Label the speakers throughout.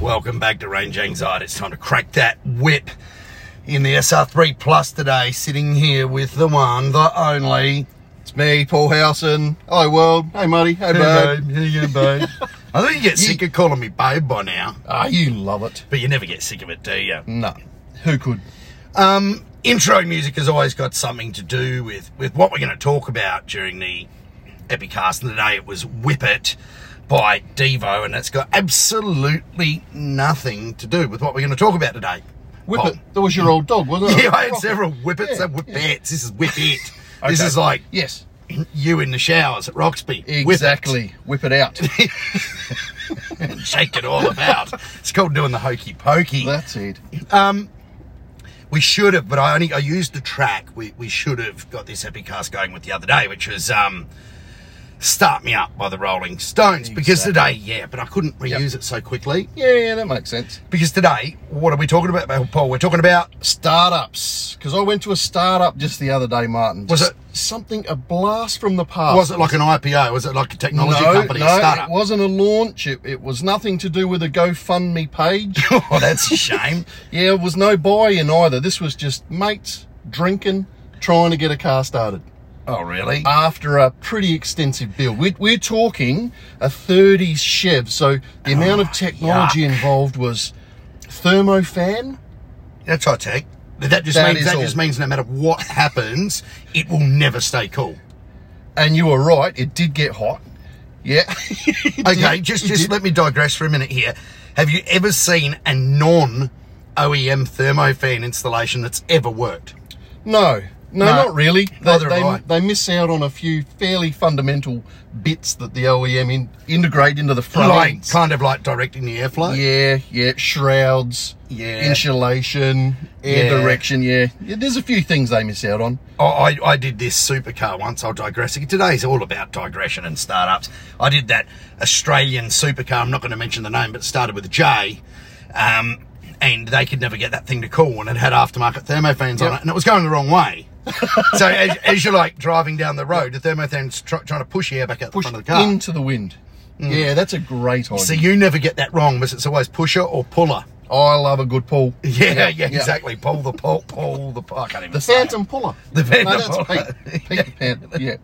Speaker 1: Welcome back to Range Anxiety. It's time to crack that whip in the SR3 Plus today. Sitting here with the one, the only.
Speaker 2: It's me, Paul Howson. Hello, world. Hey, Muddy. Hey, babe.
Speaker 1: How you going, babe? I think you get sick of calling me babe by now,
Speaker 2: Ah, you love it.
Speaker 1: but you never get sick of it, do you?
Speaker 2: No. Who could?
Speaker 1: Um, intro music has always got something to do with, with what we're going to talk about during the Epicast. And today it was Whip It by Devo, and it's got absolutely nothing to do with what we're going to talk about today. Oh,
Speaker 2: Whip
Speaker 1: Well,
Speaker 2: it. That was your old dog, wasn't it?
Speaker 1: Yeah, I had
Speaker 2: Rocket.
Speaker 1: several whippets
Speaker 2: Oh, Yeah,
Speaker 1: and whippets.
Speaker 2: yeah.
Speaker 1: This is whip it. This
Speaker 2: Okay.
Speaker 1: is like
Speaker 2: Yes.
Speaker 1: you in the showers at Roxby.
Speaker 2: Exactly. Whip it out.
Speaker 1: Whip it, shake it all about. it's called doing the hokey pokey.
Speaker 2: That's it.
Speaker 1: We should have, but I only I used the track we, we should have got this epicast going with the other day, which was um, "Start Me Up" by the Rolling Stones. Because today, yeah, but I couldn't reuse it so quickly.
Speaker 2: Yeah, yeah, that makes sense.
Speaker 1: Because today, what are we talking about, Paul? We're talking about
Speaker 2: Startups. Because I went to a startup just the other day, Martin.
Speaker 1: Was
Speaker 2: Just
Speaker 1: it-
Speaker 2: something, a blast from the past?
Speaker 1: was it like an IPO? Was it like a technology
Speaker 2: no,
Speaker 1: company
Speaker 2: no,
Speaker 1: a startup?
Speaker 2: it wasn't a launch. It, it was nothing to do with a GoFundMe page.
Speaker 1: oh, that's a shame.
Speaker 2: yeah, it was no buy-in either. This was just mates drinking, trying to get a car started.
Speaker 1: oh, really?
Speaker 2: after a pretty extensive build. We're, we're talking a 30s Chev, so the amount of technology involved was thermofan.
Speaker 1: That's high tech. But that just
Speaker 2: That
Speaker 1: means
Speaker 2: is
Speaker 1: that
Speaker 2: all.
Speaker 1: just means no matter what happens, it will never stay cool.
Speaker 2: And you were right, it did get hot. Yeah.
Speaker 1: Okay, just just let me digress for a minute here. Have you ever seen a non OEM thermofan installation that's ever worked?
Speaker 2: no, no, not really. They,
Speaker 1: Neither
Speaker 2: they,
Speaker 1: have I.
Speaker 2: they miss out on a few fairly fundamental bits that the OEM in, integrate into the front
Speaker 1: Like
Speaker 2: ends.
Speaker 1: kind of like directing the airflow.
Speaker 2: Yeah, yeah, shrouds,
Speaker 1: Yeah.
Speaker 2: insulation, air
Speaker 1: Yeah.
Speaker 2: direction, yeah. yeah. There's a few things they miss out on.
Speaker 1: I, Oh, I, I did this supercar once. I'll digress. Today's all about digression and startups. I did that Australian supercar. I'm not going to mention the name, but it started with a J. Um, and they could never get that thing to cool, and it had aftermarket thermofans on
Speaker 2: Yep.
Speaker 1: it, and it was going the wrong way. so as, as you're like driving down the road, the thermofan's tr- trying to push air back out the front of the car.
Speaker 2: into the wind. Yeah, that's a great idea.
Speaker 1: So you never get that wrong, because it's always pusher or puller.
Speaker 2: I love a good pull.
Speaker 1: Yeah, yeah,
Speaker 2: yeah.
Speaker 1: exactly. Pull the pull, pull the. I can't even.
Speaker 2: The
Speaker 1: say it.
Speaker 2: Phantom Puller.
Speaker 1: The Phantom
Speaker 2: no, that's
Speaker 1: Puller.
Speaker 2: Pete- Peter Pan, yeah.
Speaker 1: No,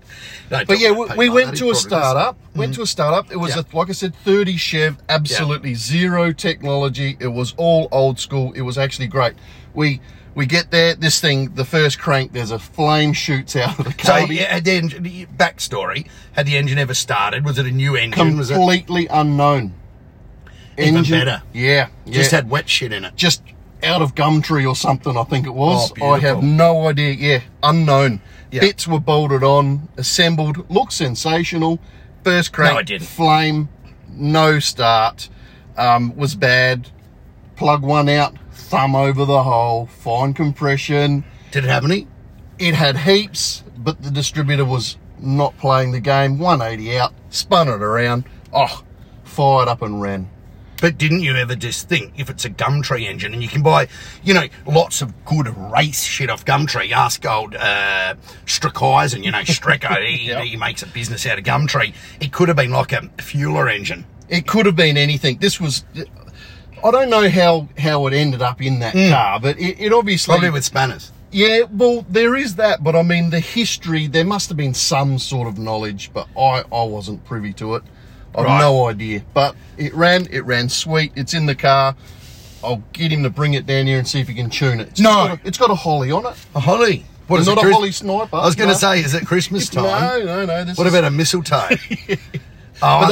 Speaker 2: But
Speaker 1: talk
Speaker 2: yeah,
Speaker 1: about
Speaker 2: we,
Speaker 1: paper,
Speaker 2: we
Speaker 1: that
Speaker 2: went
Speaker 1: is
Speaker 2: to a
Speaker 1: probably the-
Speaker 2: startup. Went to a startup. It was,
Speaker 1: Yeah.
Speaker 2: a, like I said, 30 Chev, absolutely zero technology. It was all old school. It was actually great. We we get there, this thing, the first crank, there's a flame shoots out of the
Speaker 1: So,
Speaker 2: car.
Speaker 1: yeah, had the engine, the backstory, had the engine ever started? Was it a new engine? was it
Speaker 2: completely unknown.
Speaker 1: Even better.
Speaker 2: Yeah, yeah.
Speaker 1: just had wet shit in it?
Speaker 2: just out of Gumtree or something, I think it was.
Speaker 1: Oh, beautiful.
Speaker 2: I have no idea. Yeah, unknown.
Speaker 1: Yeah.
Speaker 2: Bits were bolted on, assembled, looked sensational. First crank,
Speaker 1: No, it didn't.
Speaker 2: flame, no start, um, was bad. Plug one out, thumb over the hole, fine compression.
Speaker 1: Did it have any?
Speaker 2: It had heaps, but the distributor was not playing the game. 180 out, spun it around. Oh, fired up and ran.
Speaker 1: But didn't you ever just think if it's a Gumtree engine and you can buy, you know, lots of good race shit off Gumtree? Ask old uh, Strakheisen, you know, Streko, he,
Speaker 2: Yep.
Speaker 1: he makes a business out of Gumtree. It could have been like a fueler engine.
Speaker 2: It could have been anything. This was. I don't know how how it ended up in that car, but it, it obviously.
Speaker 1: Hmm. Probably with spanners.
Speaker 2: yeah, well, there is that, but I mean, the history. There must have been some sort of knowledge, but I I wasn't privy to it. I've
Speaker 1: Right.
Speaker 2: no idea. But it ran. It ran sweet. It's in the car. I'll get him to bring it down here and see if he can tune it. It's
Speaker 1: No.
Speaker 2: got a- it's got a holly on it.
Speaker 1: A holly. What
Speaker 2: It's
Speaker 1: is
Speaker 2: not
Speaker 1: it,
Speaker 2: a
Speaker 1: Chris-
Speaker 2: holly sniper.
Speaker 1: I was going to
Speaker 2: no.
Speaker 1: say, is it Christmas time?
Speaker 2: No, no, no. This
Speaker 1: What
Speaker 2: is-
Speaker 1: about a mistletoe? oh, aren't
Speaker 2: But
Speaker 1: they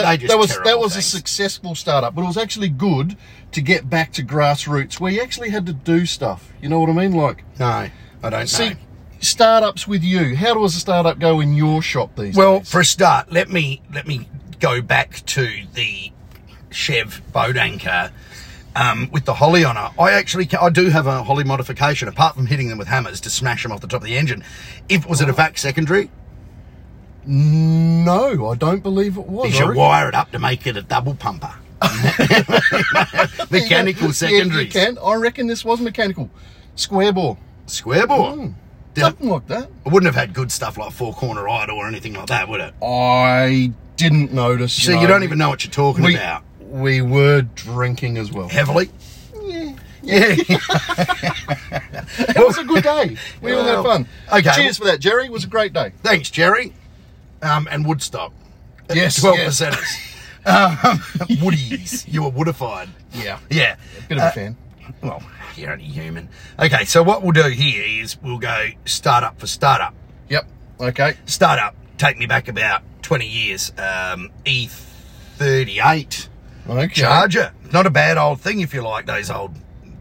Speaker 2: that,
Speaker 1: just
Speaker 2: that was that
Speaker 1: terrible
Speaker 2: was
Speaker 1: things?
Speaker 2: a successful startup, but it was actually good to get back to grassroots where you actually had to do stuff. You know what I mean? Like,
Speaker 1: No, I don't
Speaker 2: see,
Speaker 1: know.
Speaker 2: startups with you. How does a startup go in your shop these
Speaker 1: Well,
Speaker 2: days?
Speaker 1: for a start, let me let me go back to the Chev boat anchor um, with the holly on her. I actually ca- I do have a holly modification apart from hitting them with hammers to smash them off the top of the engine. If was it a vac secondary,
Speaker 2: no, I don't believe it was.
Speaker 1: you
Speaker 2: I
Speaker 1: should
Speaker 2: reckon-
Speaker 1: wire it up to make it a double pumper. Mechanical
Speaker 2: Yeah, you
Speaker 1: secondary,
Speaker 2: can. I reckon this was mechanical, square bore,
Speaker 1: square bore.
Speaker 2: Hmm.
Speaker 1: Did it,
Speaker 2: something like that.
Speaker 1: it wouldn't have had good stuff like four corner idle or anything like that, would it?
Speaker 2: I didn't notice.
Speaker 1: So
Speaker 2: no.
Speaker 1: you don't even know what you're talking
Speaker 2: we,
Speaker 1: about.
Speaker 2: we were drinking as well.
Speaker 1: heavily.
Speaker 2: Yeah.
Speaker 1: Yeah.
Speaker 2: It was a good day. We all had
Speaker 1: Well,
Speaker 2: fun.
Speaker 1: okay.
Speaker 2: Cheers for that, Jerry. It was a great day.
Speaker 1: Thanks, Jerry. Um, and Woodstock.
Speaker 2: Yes,
Speaker 1: 12
Speaker 2: yes.
Speaker 1: percenters. Um, woodies. You were woodified.
Speaker 2: Yeah. Uh,
Speaker 1: Yeah. Uh,
Speaker 2: Bit of a fan.
Speaker 1: Well, you're only human. Okay, so what we'll do here is we'll go startup for startup.
Speaker 2: Yep. Okay.
Speaker 1: Startup, take me back about 20 years. Um, E38
Speaker 2: Okay.
Speaker 1: Charger. Not a bad old thing if you like those old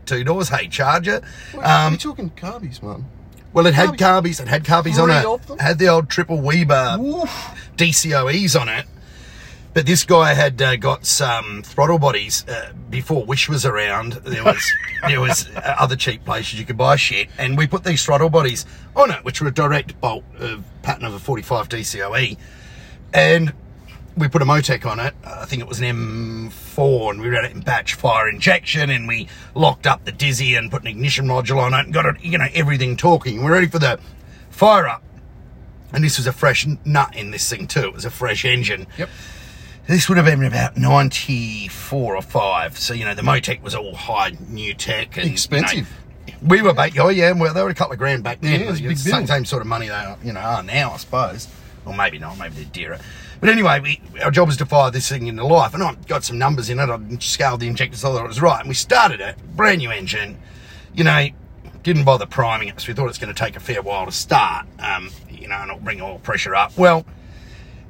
Speaker 1: two doors. Hey, Charger.
Speaker 2: Wait,
Speaker 1: Um,
Speaker 2: we're talking carbies, man.
Speaker 1: well, it had carbies. It had carbies
Speaker 2: Three of
Speaker 1: on
Speaker 2: them?
Speaker 1: it. Had the old triple wee bar DCOEs on it. But this guy had uh, got some throttle bodies uh, before Wish was around. There was there was uh, other cheap places you could buy shit, and we put these throttle bodies on it, which were a direct bolt of pattern of a 45 DCOE, E. and we put a Motec on it. I think it was an M4, and we ran it in batch fire injection, and we locked up the dizzy and put an ignition module on it, and got it, you know, everything talking. We're ready for the fire up. And this was a fresh n- nut in this thing too. It was a fresh engine.
Speaker 2: Yep.
Speaker 1: This would have been about 94 or 5. So, you know, the Motec was all high new tech. And, you know,
Speaker 2: Hmm. Expensive.
Speaker 1: we were back, oh yeah, well, they were a couple of grand back then.
Speaker 2: Yeah, it was a
Speaker 1: It's the
Speaker 2: big bill.
Speaker 1: same, same sort of money they are, you know, are now, I suppose. Or maybe not, maybe they're dearer. But anyway, we, our job was to fire this thing into life. And I got some numbers in it. I scaled the injector so that it was right. And we started it, brand new engine. You know, didn't bother priming it, so we thought it's going to take a fair while to start, um, you know, and it'll bring oil pressure up. Well,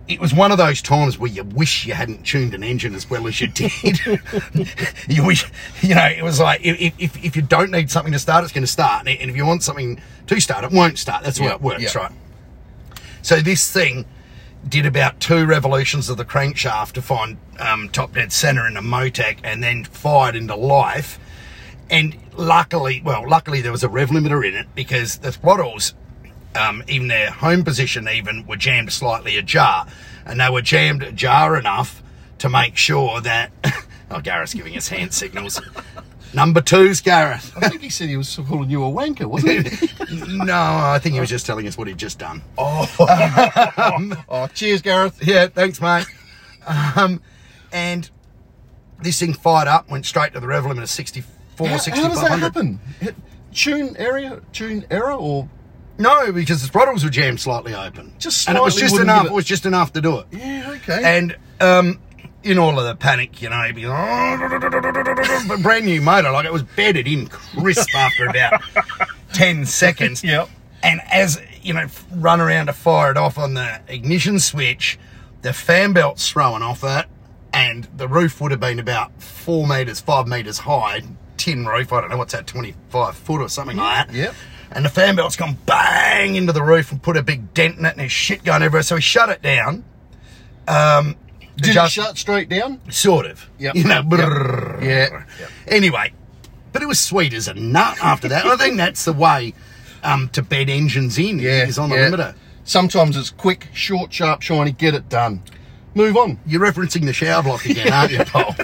Speaker 1: it was one of those times where you wish you hadn't tuned an engine as well as you did. you wish, you know, it was like if, if, if you don't need something to start, it's going to start, and and if you want something to start, it won't start. That's the way
Speaker 2: Yeah,
Speaker 1: it works,
Speaker 2: yeah.
Speaker 1: right? So this thing did about two revolutions of the crankshaft to find um, top dead center in a Motec, and then fired into life. And luckily, well, luckily there was a rev limiter in it because the throttles, um, even their home position, even were jammed slightly ajar, and they were jammed ajar enough to make sure that. Oh, Gareth's giving us hand signals. Number two's Gareth.
Speaker 2: I think he said he was calling you a wanker, wasn't he?
Speaker 1: no, I think he was just telling us what he'd just done.
Speaker 2: oh, cheers, Gareth.
Speaker 1: Yeah, thanks, mate. um, and this thing fired up, went straight to the rev limit of 64,
Speaker 2: How, how does that
Speaker 1: 6500.
Speaker 2: happen? Hit- Tune area, tune error, or
Speaker 1: No, because the throttles were jammed slightly open.
Speaker 2: Just
Speaker 1: and it was
Speaker 2: slightly
Speaker 1: just
Speaker 2: wouldn't
Speaker 1: enough.
Speaker 2: give
Speaker 1: It
Speaker 2: it-
Speaker 1: was just enough to do it.
Speaker 2: yeah, okay.
Speaker 1: And um, in all of the panic, you know, because, "Oh," but brand new motor, like it was bedded in crisp after about 10 seconds.
Speaker 2: Yep.
Speaker 1: And as, you know, f- run around to fire it off on the ignition switch, the fan belt's thrown off it, and the roof would have been about four metres, five metres high, tin roof. I don't know what's that, 25 foot or something like that.
Speaker 2: Yep.
Speaker 1: And the fan belt's gone bang into the roof and put a big dent in it, and there's shit going everywhere. So we shut it down. Um,
Speaker 2: Did
Speaker 1: just-
Speaker 2: it shut straight down?
Speaker 1: Sort of.
Speaker 2: Yep.
Speaker 1: You know,
Speaker 2: Yep.
Speaker 1: brrrr.
Speaker 2: Yeah.
Speaker 1: Anyway, but it was sweet as a nut after that. I think that's the way um, to bed engines in
Speaker 2: Yeah,
Speaker 1: is on the
Speaker 2: yeah.
Speaker 1: limiter.
Speaker 2: Sometimes it's quick, short, sharp, shiny. Get it done. Move on.
Speaker 1: You're referencing the shower block again, aren't you, Paul?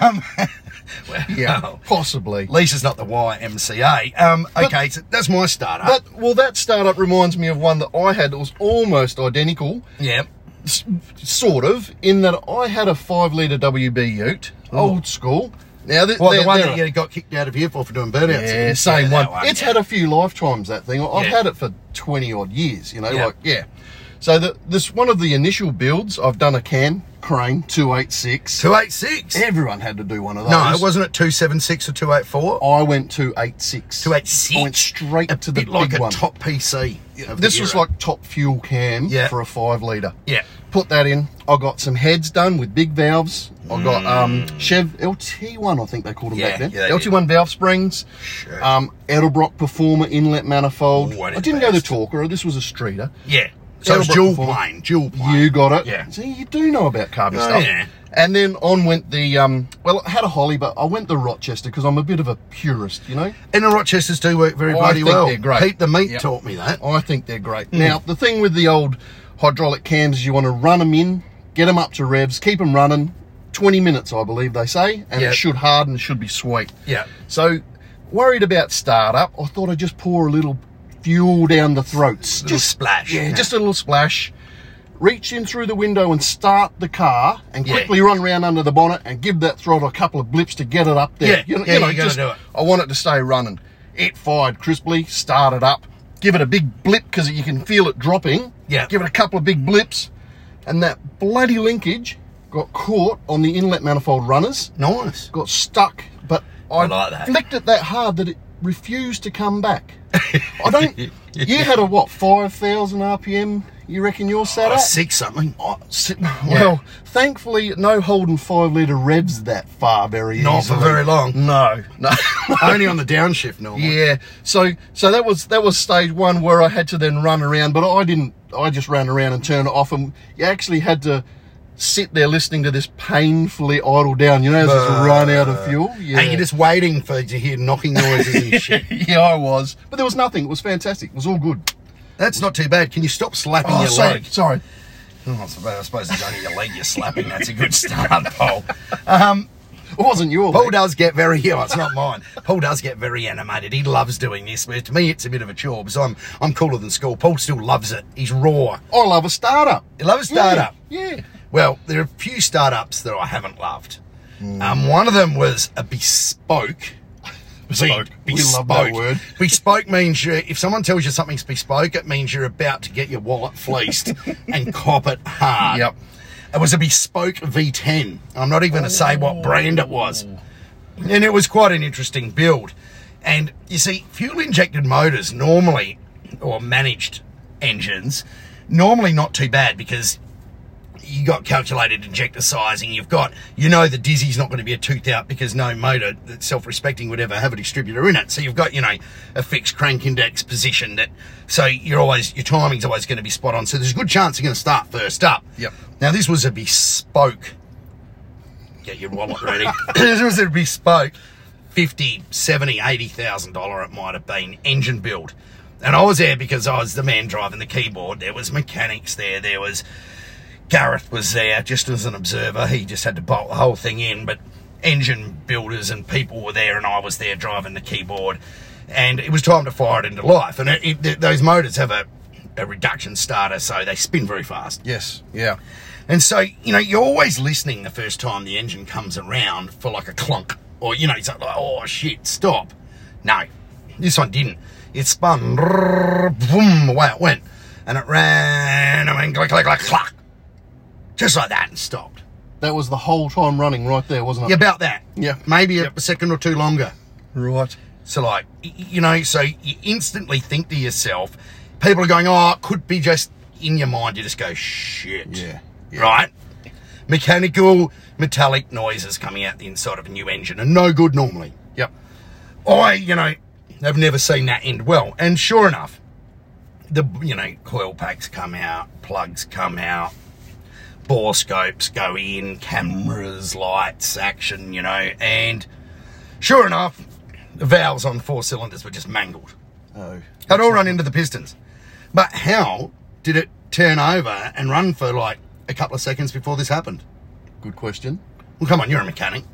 Speaker 1: well,
Speaker 2: possibly.
Speaker 1: At least it's not the YMCA. Um, okay, so that's my startup.
Speaker 2: But well, that startup reminds me of one that I had that was almost identical,
Speaker 1: yeah.
Speaker 2: s- sort of, in that I had a five-liter WB Ute, old school. Now, th-
Speaker 1: Well, the
Speaker 2: they're-
Speaker 1: one
Speaker 2: they're-
Speaker 1: that you got kicked out of here for for doing burnouts.
Speaker 2: Yeah, same
Speaker 1: that
Speaker 2: one. It's had a few lifetimes that thing. I've
Speaker 1: Yeah.
Speaker 2: had it for twenty odd years. You know,
Speaker 1: Yeah.
Speaker 2: like yeah. So the, this one of the initial builds, I've done a can crane two eight six.
Speaker 1: 286.
Speaker 2: Everyone had to do one of those.
Speaker 1: No, it wasn't at 276 or 284.
Speaker 2: I went two eight six.
Speaker 1: 286.
Speaker 2: Oh, I went straight
Speaker 1: a
Speaker 2: to the
Speaker 1: bit like
Speaker 2: big
Speaker 1: a
Speaker 2: one.
Speaker 1: top PC. of the
Speaker 2: this was
Speaker 1: era.
Speaker 2: like top fuel can
Speaker 1: Yeah.
Speaker 2: for a five liter.
Speaker 1: Yeah.
Speaker 2: Put that in. I got some heads done with big valves. I got um, Chev LT1, I think they called them
Speaker 1: Mm. Yeah,
Speaker 2: back then.
Speaker 1: yeah, they did.
Speaker 2: LT1 valve springs.
Speaker 1: Sure.
Speaker 2: Um, Edelbrock Performer inlet manifold.
Speaker 1: Ooh,
Speaker 2: I
Speaker 1: what is
Speaker 2: didn't go the
Speaker 1: best.
Speaker 2: Talker. This was a Streeter.
Speaker 1: Yeah. So it's
Speaker 2: Edelbrock
Speaker 1: dual
Speaker 2: before.
Speaker 1: plane, dual plane.
Speaker 2: You got it.
Speaker 1: Yeah.
Speaker 2: See, you do know about carbon
Speaker 1: Oh,
Speaker 2: stuff.
Speaker 1: yeah.
Speaker 2: And then on went the um, well, I had a Holly, but I went the Rochester because I'm a bit of a purist, you know.
Speaker 1: And the Rochesters do work very
Speaker 2: I
Speaker 1: bloody
Speaker 2: think
Speaker 1: well.
Speaker 2: they're great.
Speaker 1: Pete the Meat
Speaker 2: Yep.
Speaker 1: taught me that.
Speaker 2: I think they're great. Now, the thing with the old hydraulic cams is you want to run them in, get them up to revs, keep them running. 20 minutes, I believe they say, and
Speaker 1: Yeah.
Speaker 2: it should harden, it should be sweet.
Speaker 1: Yeah.
Speaker 2: So, worried about startup, I thought I'd just pour a little fuel down the throats.
Speaker 1: Little
Speaker 2: just
Speaker 1: splash.
Speaker 2: Yeah, just a little splash. reach in through the window and start the car and
Speaker 1: Yeah.
Speaker 2: quickly run round under the bonnet and give that throttle a couple of blips to get it up there.
Speaker 1: Yeah, yeah, you gotta do it.
Speaker 2: I want it to stay running. It fired crisply, started up, give it a big blip because you can feel it dropping.
Speaker 1: Yeah.
Speaker 2: Give it a couple of big blips, and that bloody linkage got caught on the inlet manifold runners,
Speaker 1: Nice.
Speaker 2: got stuck, but I,
Speaker 1: like that.
Speaker 2: flicked it that hard that it refused to come back. I don't. You had a what, 5,000 RPM, you reckon you're sat
Speaker 1: I
Speaker 2: at?
Speaker 1: six something. Oh,
Speaker 2: Sit- Well, thankfully, no holding five litre revs that far very
Speaker 1: Not
Speaker 2: easily.
Speaker 1: for very long.
Speaker 2: No, no.
Speaker 1: Only on the downshift normally.
Speaker 2: yeah. So, so that was that was stage one where I had to then run around, but I didn't. I just ran around and turned it off, and you actually had to sit there listening to this painfully idle down. You know, as it's run out of fuel. Yeah.
Speaker 1: And you're Uh, just waiting for to hear knocking noises and shit.
Speaker 2: yeah, I was, but there was nothing. It was fantastic. It was all good.
Speaker 1: That's not too bad. Can you stop slapping
Speaker 2: Oh,
Speaker 1: your
Speaker 2: sorry,
Speaker 1: leg?
Speaker 2: sorry.
Speaker 1: Oh, I suppose I suppose it's only your leg you're slapping. That's a good start, Paul.
Speaker 2: It wasn't your
Speaker 1: Paul
Speaker 2: leg.
Speaker 1: does get very, oh, it's not mine. Paul does get very animated. He loves doing this, but to me, it's a bit of a chore because I'm, I'm cooler than school. Paul still loves it. He's raw.
Speaker 2: I love a startup.
Speaker 1: He loves startup.
Speaker 2: Yeah. yeah.
Speaker 1: Well, there are a few startups that I haven't loved. Um, one of them was a bespoke.
Speaker 2: Bespoke.
Speaker 1: Be-
Speaker 2: We love that word.
Speaker 1: Bespoke means you, if someone tells you something's bespoke, it means you're about to get your wallet fleeced and cop it hard.
Speaker 2: Yep.
Speaker 1: It was a bespoke V10. I'm not even going to say
Speaker 2: Oh.
Speaker 1: what brand it was. And it was quite an interesting build. And you see, fuel injected motors normally, or managed engines, normally not too bad because you got calculated injector sizing. You've got, you know, the dizzy's not going to be a tooth out because no motor that's self-respecting would ever have a distributor in it. So you've got, you know, a fixed crank index position that, so you're always, your timing's always going to be spot on. So there's a good chance you're going to start first up.
Speaker 2: Yep.
Speaker 1: Now this was a bespoke. Get your wallet ready. this was a bespoke 50, 70, 80,000 dollar it might have been engine build. And I was there because I was the man driving the keyboard. There was mechanics there. There was Gareth was there just as an observer. He just had to bolt the whole thing in, but engine builders and people were there, and I was there driving the keyboard. And it was time to fire it into life. And it, it, th- those motors have a, a reduction starter, so they spin very fast.
Speaker 2: Yes. Yeah.
Speaker 1: And so, you know, you're always listening the first time the engine comes around for like a clunk, or, you know, it's like, oh shit, stop. No, this one didn't. It spun, boom, away it went. And it ran, and went click, click, click, clack. Just like that and stopped.
Speaker 2: That was the whole time running right there, wasn't it?
Speaker 1: Yeah, about that.
Speaker 2: Yeah.
Speaker 1: Maybe a second or two longer.
Speaker 2: Right.
Speaker 1: So, like, y- you know, so you instantly think to yourself, people are going, oh, it could be just in your mind. You just go, shit.
Speaker 2: Yeah, yeah.
Speaker 1: Right? Mechanical, metallic noises coming out the inside of a new engine and no good normally.
Speaker 2: Yep.
Speaker 1: I, you know, have never seen that end well. And sure enough, the, you know, coil packs come out, plugs come out, bore scopes go in, cameras, lights, action, you know, and sure enough, the valves on four cylinders were just mangled.
Speaker 2: Oh.
Speaker 1: Had all run into the pistons. But how did it turn over and run for like a couple of seconds before this happened?
Speaker 2: Good question.
Speaker 1: Well, come on, you're a mechanic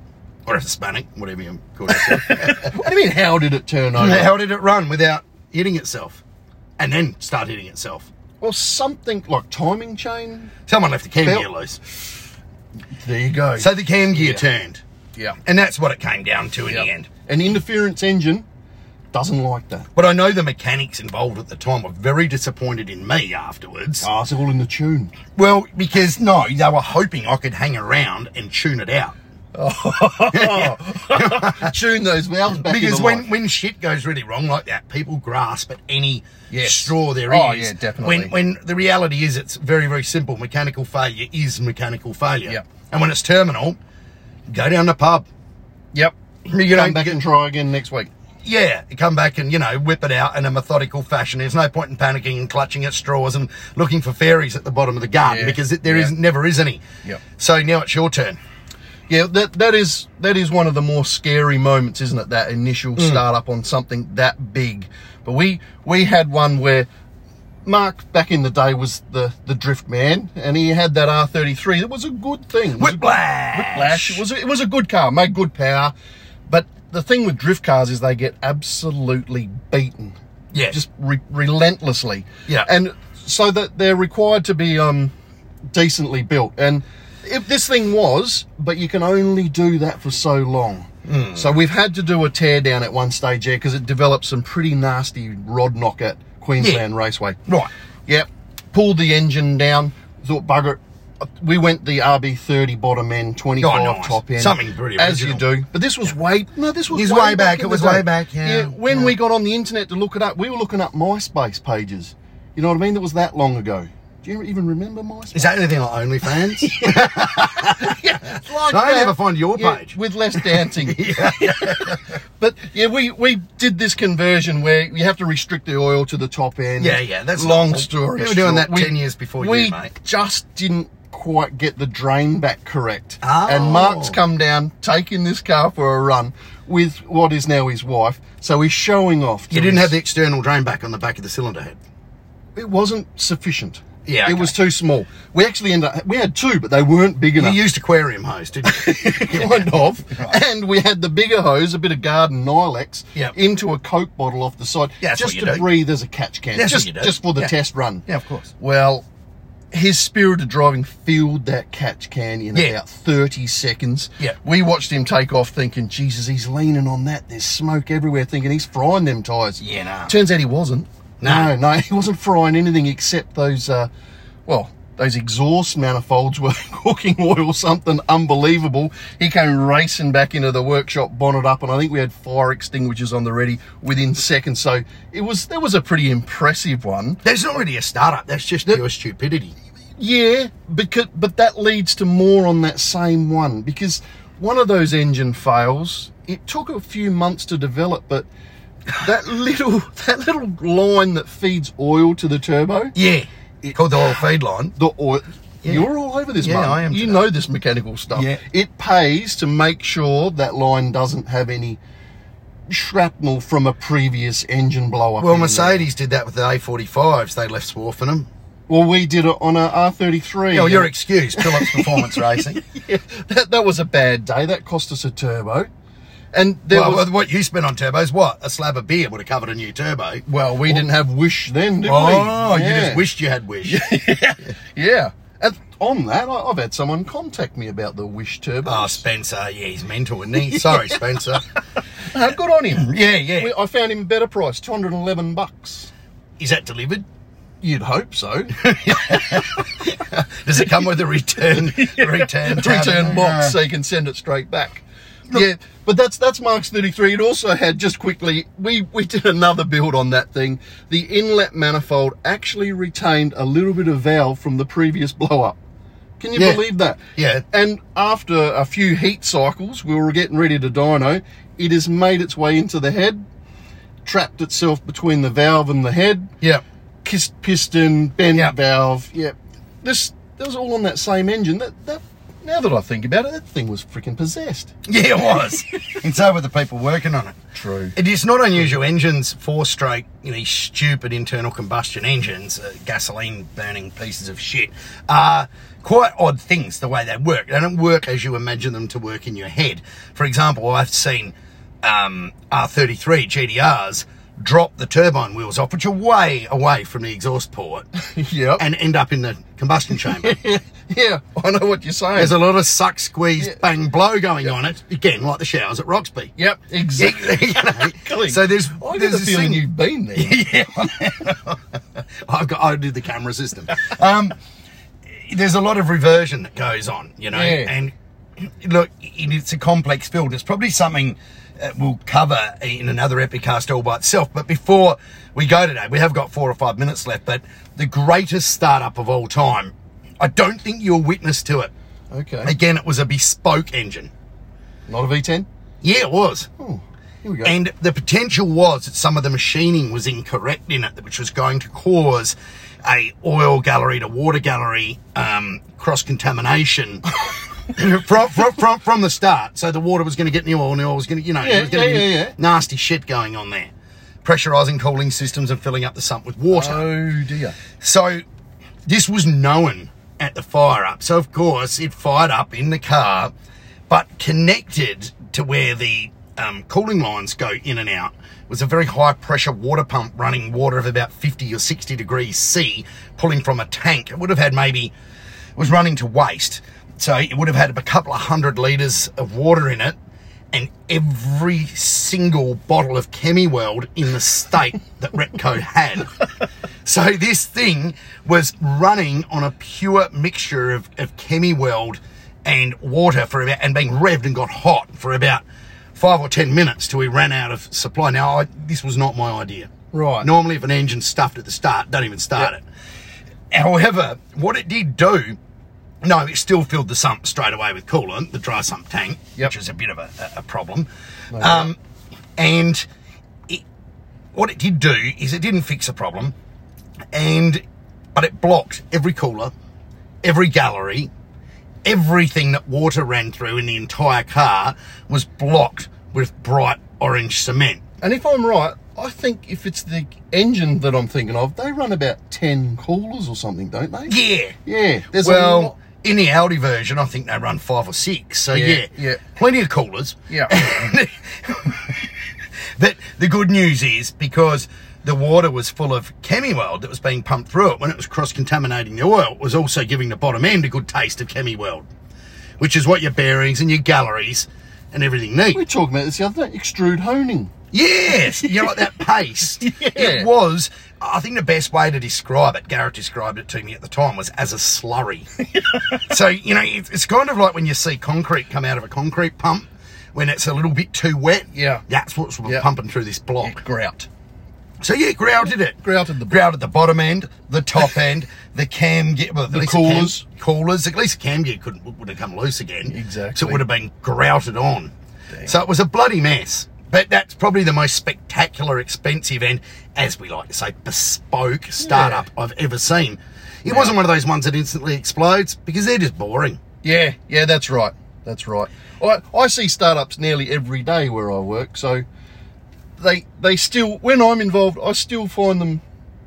Speaker 1: or a Hispanic, whatever you call yourself.
Speaker 2: What do you mean? How did it turn over?
Speaker 1: How did it run without hitting itself? And then start hitting itself.
Speaker 2: Well, something like timing chain.
Speaker 1: Someone left the cam
Speaker 2: Felt-
Speaker 1: gear loose.
Speaker 2: There you go.
Speaker 1: So the cam gear turned.
Speaker 2: yeah.
Speaker 1: And that's what it came down to in the end.
Speaker 2: An interference engine doesn't like that.
Speaker 1: But I know the mechanics involved at the time were very disappointed in me afterwards.
Speaker 2: Ah, it's all in the tune.
Speaker 1: Well, because no, they were hoping I could hang around and tune it out.
Speaker 2: tune those valves back
Speaker 1: because
Speaker 2: into
Speaker 1: when,
Speaker 2: life.
Speaker 1: when shit goes really wrong like that, people grasp at any
Speaker 2: Yes.
Speaker 1: straw there is.
Speaker 2: Oh, yeah, definitely.
Speaker 1: When, when the reality is, it's very, very simple. Mechanical failure is mechanical failure.
Speaker 2: Yep.
Speaker 1: And when it's terminal, go down the pub.
Speaker 2: Yep.
Speaker 1: You
Speaker 2: Come
Speaker 1: know,
Speaker 2: back and try again next week.
Speaker 1: yeah, come back and, you know, whip it out in a methodical fashion. There's no point in panicking and clutching at straws and looking for fairies at the bottom of the garden
Speaker 2: Yeah.
Speaker 1: because it, there
Speaker 2: Yeah.
Speaker 1: is- never is any.
Speaker 2: Yep.
Speaker 1: So now it's your turn.
Speaker 2: Yeah, that that is that is one of the more scary moments, isn't it? That initial startup on something that big. But we we had one where Mark back in the day was the the drift man, and he had that R thirty three. It was a good thing. It was a
Speaker 1: Whiplash!
Speaker 2: Flash. It was a, it was a good car, made good power, but the thing with drift cars is they get absolutely beaten,
Speaker 1: Yeah.
Speaker 2: just re- relentlessly.
Speaker 1: Yeah.
Speaker 2: and so that they're required to be um decently built. And if this thing was, but you can only do that for so long. So we've had to do a tear down at one stage here because it developed some pretty nasty rod knock at Queensland Raceway.
Speaker 1: Right.
Speaker 2: Yep. Pulled the engine down. Thought bugger it. We went the RB30 bottom end, 25
Speaker 1: Oh, nice.
Speaker 2: top end.
Speaker 1: Something pretty
Speaker 2: As you
Speaker 1: original.
Speaker 2: do. But this was way, no, this was
Speaker 1: It was way back,
Speaker 2: in
Speaker 1: it
Speaker 2: the
Speaker 1: was
Speaker 2: day.
Speaker 1: way back, yeah,
Speaker 2: when we got on the internet to look it up, we were looking up MySpace pages. You know what I mean? That was that long ago. Do you even remember MySpace?
Speaker 1: Is that anything like OnlyFans?
Speaker 2: like
Speaker 1: I
Speaker 2: that.
Speaker 1: never find your
Speaker 2: Yeah,
Speaker 1: page.
Speaker 2: with less dancing. but yeah, we we did this conversion where you have to restrict the oil to the top end.
Speaker 1: Yeah, yeah, that's
Speaker 2: long
Speaker 1: normal.
Speaker 2: story.
Speaker 1: We were doing
Speaker 2: short.
Speaker 1: that 10 years before you,
Speaker 2: we
Speaker 1: mate.
Speaker 2: just didn't quite get the drain back correct.
Speaker 1: Oh.
Speaker 2: And Mark's come down taking this car for a run with what is now his wife. So he's showing off. to
Speaker 1: You didn't
Speaker 2: his-
Speaker 1: have the external drain back on the back of the cylinder head.
Speaker 2: It wasn't sufficient.
Speaker 1: Yeah, okay.
Speaker 2: it was too small. We actually ended up. We had two, but they weren't big enough.
Speaker 1: You used aquarium hose, didn't you?
Speaker 2: kind of. And we had the bigger hose, a bit of garden Nylex,
Speaker 1: Yep.
Speaker 2: into a Coke bottle off the side,
Speaker 1: Yeah, that's
Speaker 2: just
Speaker 1: what you
Speaker 2: to
Speaker 1: do.
Speaker 2: breathe as a catch can,
Speaker 1: That's what
Speaker 2: just
Speaker 1: you do.
Speaker 2: just for the
Speaker 1: Yeah.
Speaker 2: test run.
Speaker 1: Yeah, of course.
Speaker 2: Well, his spirit of driving filled that catch can in
Speaker 1: Yeah.
Speaker 2: about thirty seconds.
Speaker 1: Yeah.
Speaker 2: we watched him take off, thinking, "Jesus, he's leaning on that. There's smoke everywhere." Thinking he's frying them tires.
Speaker 1: Yeah, nah.
Speaker 2: Turns out he wasn't.
Speaker 1: No.
Speaker 2: no, he wasn't frying anything except those. Uh, well, those exhaust manifolds were cooking oil, something unbelievable. He came racing back into the workshop, bonnet up, and I think we had fire extinguishers on the ready within seconds. So it was that was a pretty impressive one.
Speaker 1: There's not really a startup. That's just pure stupidity.
Speaker 2: Yeah, because but that leads to more on that same one because one of those engine fails. It took a few months to develop, but that little that little line that feeds oil to the turbo,
Speaker 1: Yeah. Called the oil feed line.
Speaker 2: the oil. You're all over this,
Speaker 1: Yeah,
Speaker 2: mate.
Speaker 1: I am
Speaker 2: You
Speaker 1: today.
Speaker 2: know this mechanical stuff.
Speaker 1: Yeah.
Speaker 2: It pays to make sure that line doesn't have any shrapnel from a previous engine blow up.
Speaker 1: Well,
Speaker 2: in there.
Speaker 1: Mercedes did that with the A45s. They left swarfing them.
Speaker 2: Well, we did it on a R33.
Speaker 1: Yeah, well, your
Speaker 2: and-
Speaker 1: excuse, Phillips Performance Racing.
Speaker 2: Yeah, that, that was a bad day. That cost us a turbo. And there
Speaker 1: Well,
Speaker 2: was,
Speaker 1: what you spent on turbos, what? A slab of beer would have covered a new turbo.
Speaker 2: well, we didn't have wish then, did we?
Speaker 1: Oh, you
Speaker 2: Yeah.
Speaker 1: just wished you had wish.
Speaker 2: Yeah. And on that, I, I've had someone contact me about the wish turbo.
Speaker 1: Oh, Spencer. Yeah, he's mental, isn't he? Sorry, Spencer.
Speaker 2: No, Uh, good on him.
Speaker 1: Yeah, yeah.
Speaker 2: We- I found him better price, two hundred and eleven bucks.
Speaker 1: Is that delivered?
Speaker 2: You'd hope so.
Speaker 1: Does it come with a return return tab?
Speaker 2: Return box, so you can send it straight back. Yeah, but that's that's Mark's 33. It also had just quickly. We we did another build on that thing. The inlet manifold actually retained a little bit of valve from the previous blow up. Can you
Speaker 1: Yeah.
Speaker 2: believe that?
Speaker 1: Yeah.
Speaker 2: And after a few heat cycles, we were getting ready to dyno. It has made its way into the head, trapped itself between the valve and the head,
Speaker 1: Yeah.
Speaker 2: kissed piston, bend
Speaker 1: Yep.
Speaker 2: valve. Yep. This that was all on that same engine. That that now that I think about it, that thing was freaking possessed.
Speaker 1: Yeah, it was. and so were the people working on it.
Speaker 2: True.
Speaker 1: It is not unusual. Engines, four-stroke, you know, these stupid internal combustion engines, uh, gasoline-burning pieces of shit, are quite odd things the way they work. They don't work as you imagine them to work in your head. For example, I've seen um, R33 GDRs drop the turbine wheels off, which are way away from the exhaust port,
Speaker 2: Yep.
Speaker 1: and end up in the combustion chamber.
Speaker 2: yeah, I know what you're saying.
Speaker 1: There's a lot of suck, squeeze, bang, blow going on it. Again, like the showers at Roxby.
Speaker 2: yep, exactly.
Speaker 1: You know? so there's
Speaker 2: I get
Speaker 1: there's
Speaker 2: the
Speaker 1: this
Speaker 2: feeling
Speaker 1: thing-
Speaker 2: you've been there.
Speaker 1: I've got, I did the camera system. Um, there's a lot of reversion that goes on, you know,
Speaker 2: Yeah.
Speaker 1: and look, it- it's a complex field. It's probably something that we'll cover in another Epicast all by itself. But before we go today, we have got four or five minutes left, but the greatest startup of all time, I don't think you're witness to it.
Speaker 2: okay.
Speaker 1: Again, it was a bespoke engine.
Speaker 2: Not a V10.
Speaker 1: Yeah, it was.
Speaker 2: Oh, here we go.
Speaker 1: And the potential was that some of the machining was incorrect in it, which was going to cause a oil gallery to water gallery um, cross contamination from, from, from from the start. So the water was going to get in the oil, and the oil was going to, you know,
Speaker 2: Yeah,
Speaker 1: it was going to
Speaker 2: yeah,
Speaker 1: be
Speaker 2: yeah, yeah.
Speaker 1: nasty shit going on there, pressurizing cooling systems and filling up the sump with water.
Speaker 2: oh dear.
Speaker 1: So this was known at the fire up. So of course it fired up in the car, but connected to where the um, cooling lines go in and out was a very high pressure water pump running water of about 50 or 60 degrees C, pulling from a tank. It would have had maybe was running to waste. So it would have had a couple of hundred litres of water in it, and every single bottle of Chemiworld in the state that Repco had. So this thing was running on a pure mixture of, of Chemiworld and water for about, and being revved and got hot for about five or ten minutes till we ran out of supply. Now, I, this was not my idea.
Speaker 2: Right.
Speaker 1: Normally, if an engine's stuffed at the start, don't even start it. However, what it did do, no, it still filled the sump straight away with coolant, the dry sump tank,
Speaker 2: Yep.
Speaker 1: which is a bit of a, a- a problem. um, and it, what it did do is it didn't fix a problem, and but it blocked every cooler, every gallery, everything that water ran through in the entire car was blocked with bright orange cement.
Speaker 2: And if I'm right, I think if it's the engine that I'm thinking of, they run about 10 coolers or something, don't they?
Speaker 1: Yeah.
Speaker 2: Yeah. There's a lot-
Speaker 1: Well, in the Audi version, I think they run five or six. So
Speaker 2: Yeah,
Speaker 1: yeah,
Speaker 2: yeah.
Speaker 1: plenty of coolers.
Speaker 2: yeah.
Speaker 1: But the good news is because the water was full of Chemiworld that was being pumped through it when it was cross contaminating the oil, it was also giving the bottom end a good taste of Chemiworld, which is what your bearings and your galleries and everything need.
Speaker 2: we were talking about this the other day extrude honing.
Speaker 1: Yes, you know, like that paste.
Speaker 2: Yeah.
Speaker 1: It was. I think the best way to describe it, Garrett described it to me at the time, was as a slurry. so you know, it's, it's kind of like when you see concrete come out of a concrete pump when it's a little bit too wet.
Speaker 2: Yeah.
Speaker 1: that's what's
Speaker 2: Yeah.
Speaker 1: pumping through this block.
Speaker 2: Grout.
Speaker 1: So yeah, Growl did it.
Speaker 2: Grouted the-
Speaker 1: Growl at the bottom end, the top end, the cam gear, well, at least cam-
Speaker 2: coolers.
Speaker 1: coolers. At least the cam gear couldn't would have come loose again.
Speaker 2: Exactly.
Speaker 1: So it would have been grouted on. So it was a bloody mess. But that's probably the most spectacular, expensive, and as we like to say, bespoke startup I've ever seen. It wasn't one of those ones that instantly explodes because they're just boring.
Speaker 2: Yeah, yeah, that's right. That's right. I, I see startups nearly every day where I work, so they they still when I'm involved, I still find them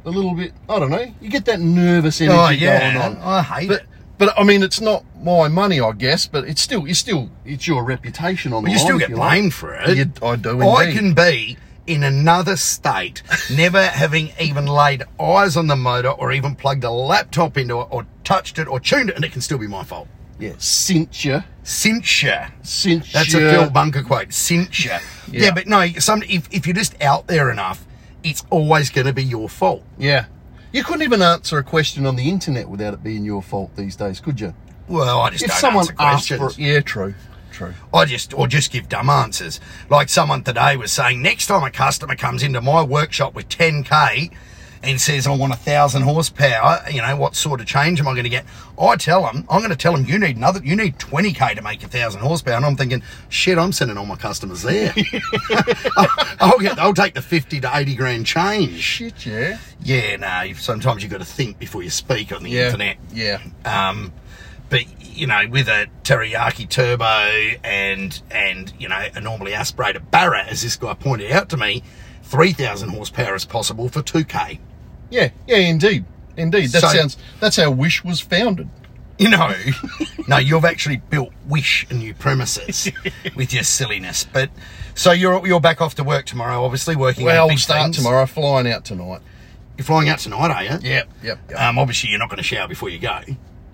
Speaker 2: a little bit. I don't know. You get that nervous energy going on.
Speaker 1: Oh, I hate
Speaker 2: But
Speaker 1: it.
Speaker 2: but I mean, it's not my money, I guess. But it's still it's still it's your reputation on the
Speaker 1: But you
Speaker 2: line.
Speaker 1: still
Speaker 2: if
Speaker 1: get
Speaker 2: like.
Speaker 1: blamed for it.
Speaker 2: You- I do
Speaker 1: I
Speaker 2: indeed.
Speaker 1: can be in another state, never having even laid eyes on the motor or even plugged a laptop into it or touched it or tuned it, and it can still be my fault.
Speaker 2: Yeah, cinch you,
Speaker 1: Censure.
Speaker 2: cinch
Speaker 1: That's
Speaker 2: you.
Speaker 1: a Phil Bunker quote. Censure. yeah.
Speaker 2: Yeah.
Speaker 1: but no, some, if, if you're just out there enough, it's always going to be your fault.
Speaker 2: Yeah, you couldn't even answer a question on the internet without it being your fault these days, could you?
Speaker 1: Well, I just
Speaker 2: If
Speaker 1: don't
Speaker 2: someone
Speaker 1: answer
Speaker 2: asked for
Speaker 1: questions.
Speaker 2: it, yeah, true, true.
Speaker 1: I just or just give dumb answers. Like someone today was saying, next time a customer comes into my workshop with 10k and says I want a thousand horsepower, you know what sort of change am I going to get? I tell them I'm going to tell them you need another, you need 20k to make a thousand horsepower, and I'm thinking, shit, I'm sending all my customers there. I'll get, I'll take the 50 to 80 grand change.
Speaker 2: Shit, yeah.
Speaker 1: Yeah, no, you- sometimes you've got to think before you speak on the internet.
Speaker 2: Yeah.
Speaker 1: Um, but you know, with a teriyaki turbo and and you know a normally aspirated Barra, as this guy pointed out to me, three thousand horsepower is possible for two k.
Speaker 2: Yeah. Yeah, indeed. Indeed. That
Speaker 1: So-
Speaker 2: sounds that's how Wish was founded.
Speaker 1: You know, no, you've actually built wish and new premises with your silliness. But so you're you're back off to work tomorrow, obviously working. on
Speaker 2: Well,
Speaker 1: big
Speaker 2: start
Speaker 1: things.
Speaker 2: tomorrow, flying out tonight.
Speaker 1: You're flying out tonight, are you?
Speaker 2: Yep, yep, yep.
Speaker 1: Um, obviously, you're not going to shower before you go.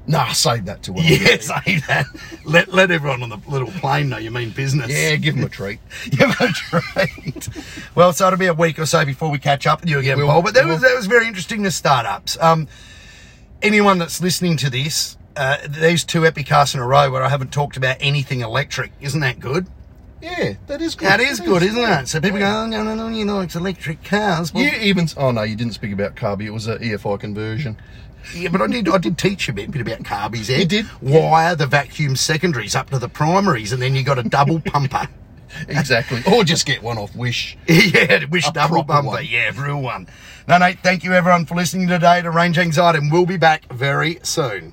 Speaker 2: Nah, save that to one.
Speaker 1: Yes, I that. Let let everyone on the little plane know you mean business.
Speaker 2: Yeah, give him a treat.
Speaker 1: Yeah, that's right. Well, so it'll be a week or so before we catch up with you again,
Speaker 2: We'll-
Speaker 1: Paul. But that
Speaker 2: we'll-
Speaker 1: was that was very interesting. The startups. Um, anyone that's listening to this, uh, these two epicasts in a row where I haven't talked about anything electric, isn't that good?
Speaker 2: Yeah, that is good.
Speaker 1: That is good, isn't it? So people go,
Speaker 2: Yeah.
Speaker 1: oh, no, no, no, you know, it's electric cars. Well,
Speaker 2: You
Speaker 1: yeah.
Speaker 2: even oh no, you didn't speak about carby. It was a EFI conversion.
Speaker 1: but I did I did teach you a bit, bit about carbies there.
Speaker 2: You did?
Speaker 1: Wire the vacuum secondaries up to the primaries, and then you got a double pumper.
Speaker 2: Exactly. or just get one off Wish.
Speaker 1: yeah, wish
Speaker 2: A
Speaker 1: double
Speaker 2: proper
Speaker 1: bumper.
Speaker 2: one.
Speaker 1: Yeah, real one. No, no, thank you everyone for listening today to Range Anxiety, and we'll be back very soon.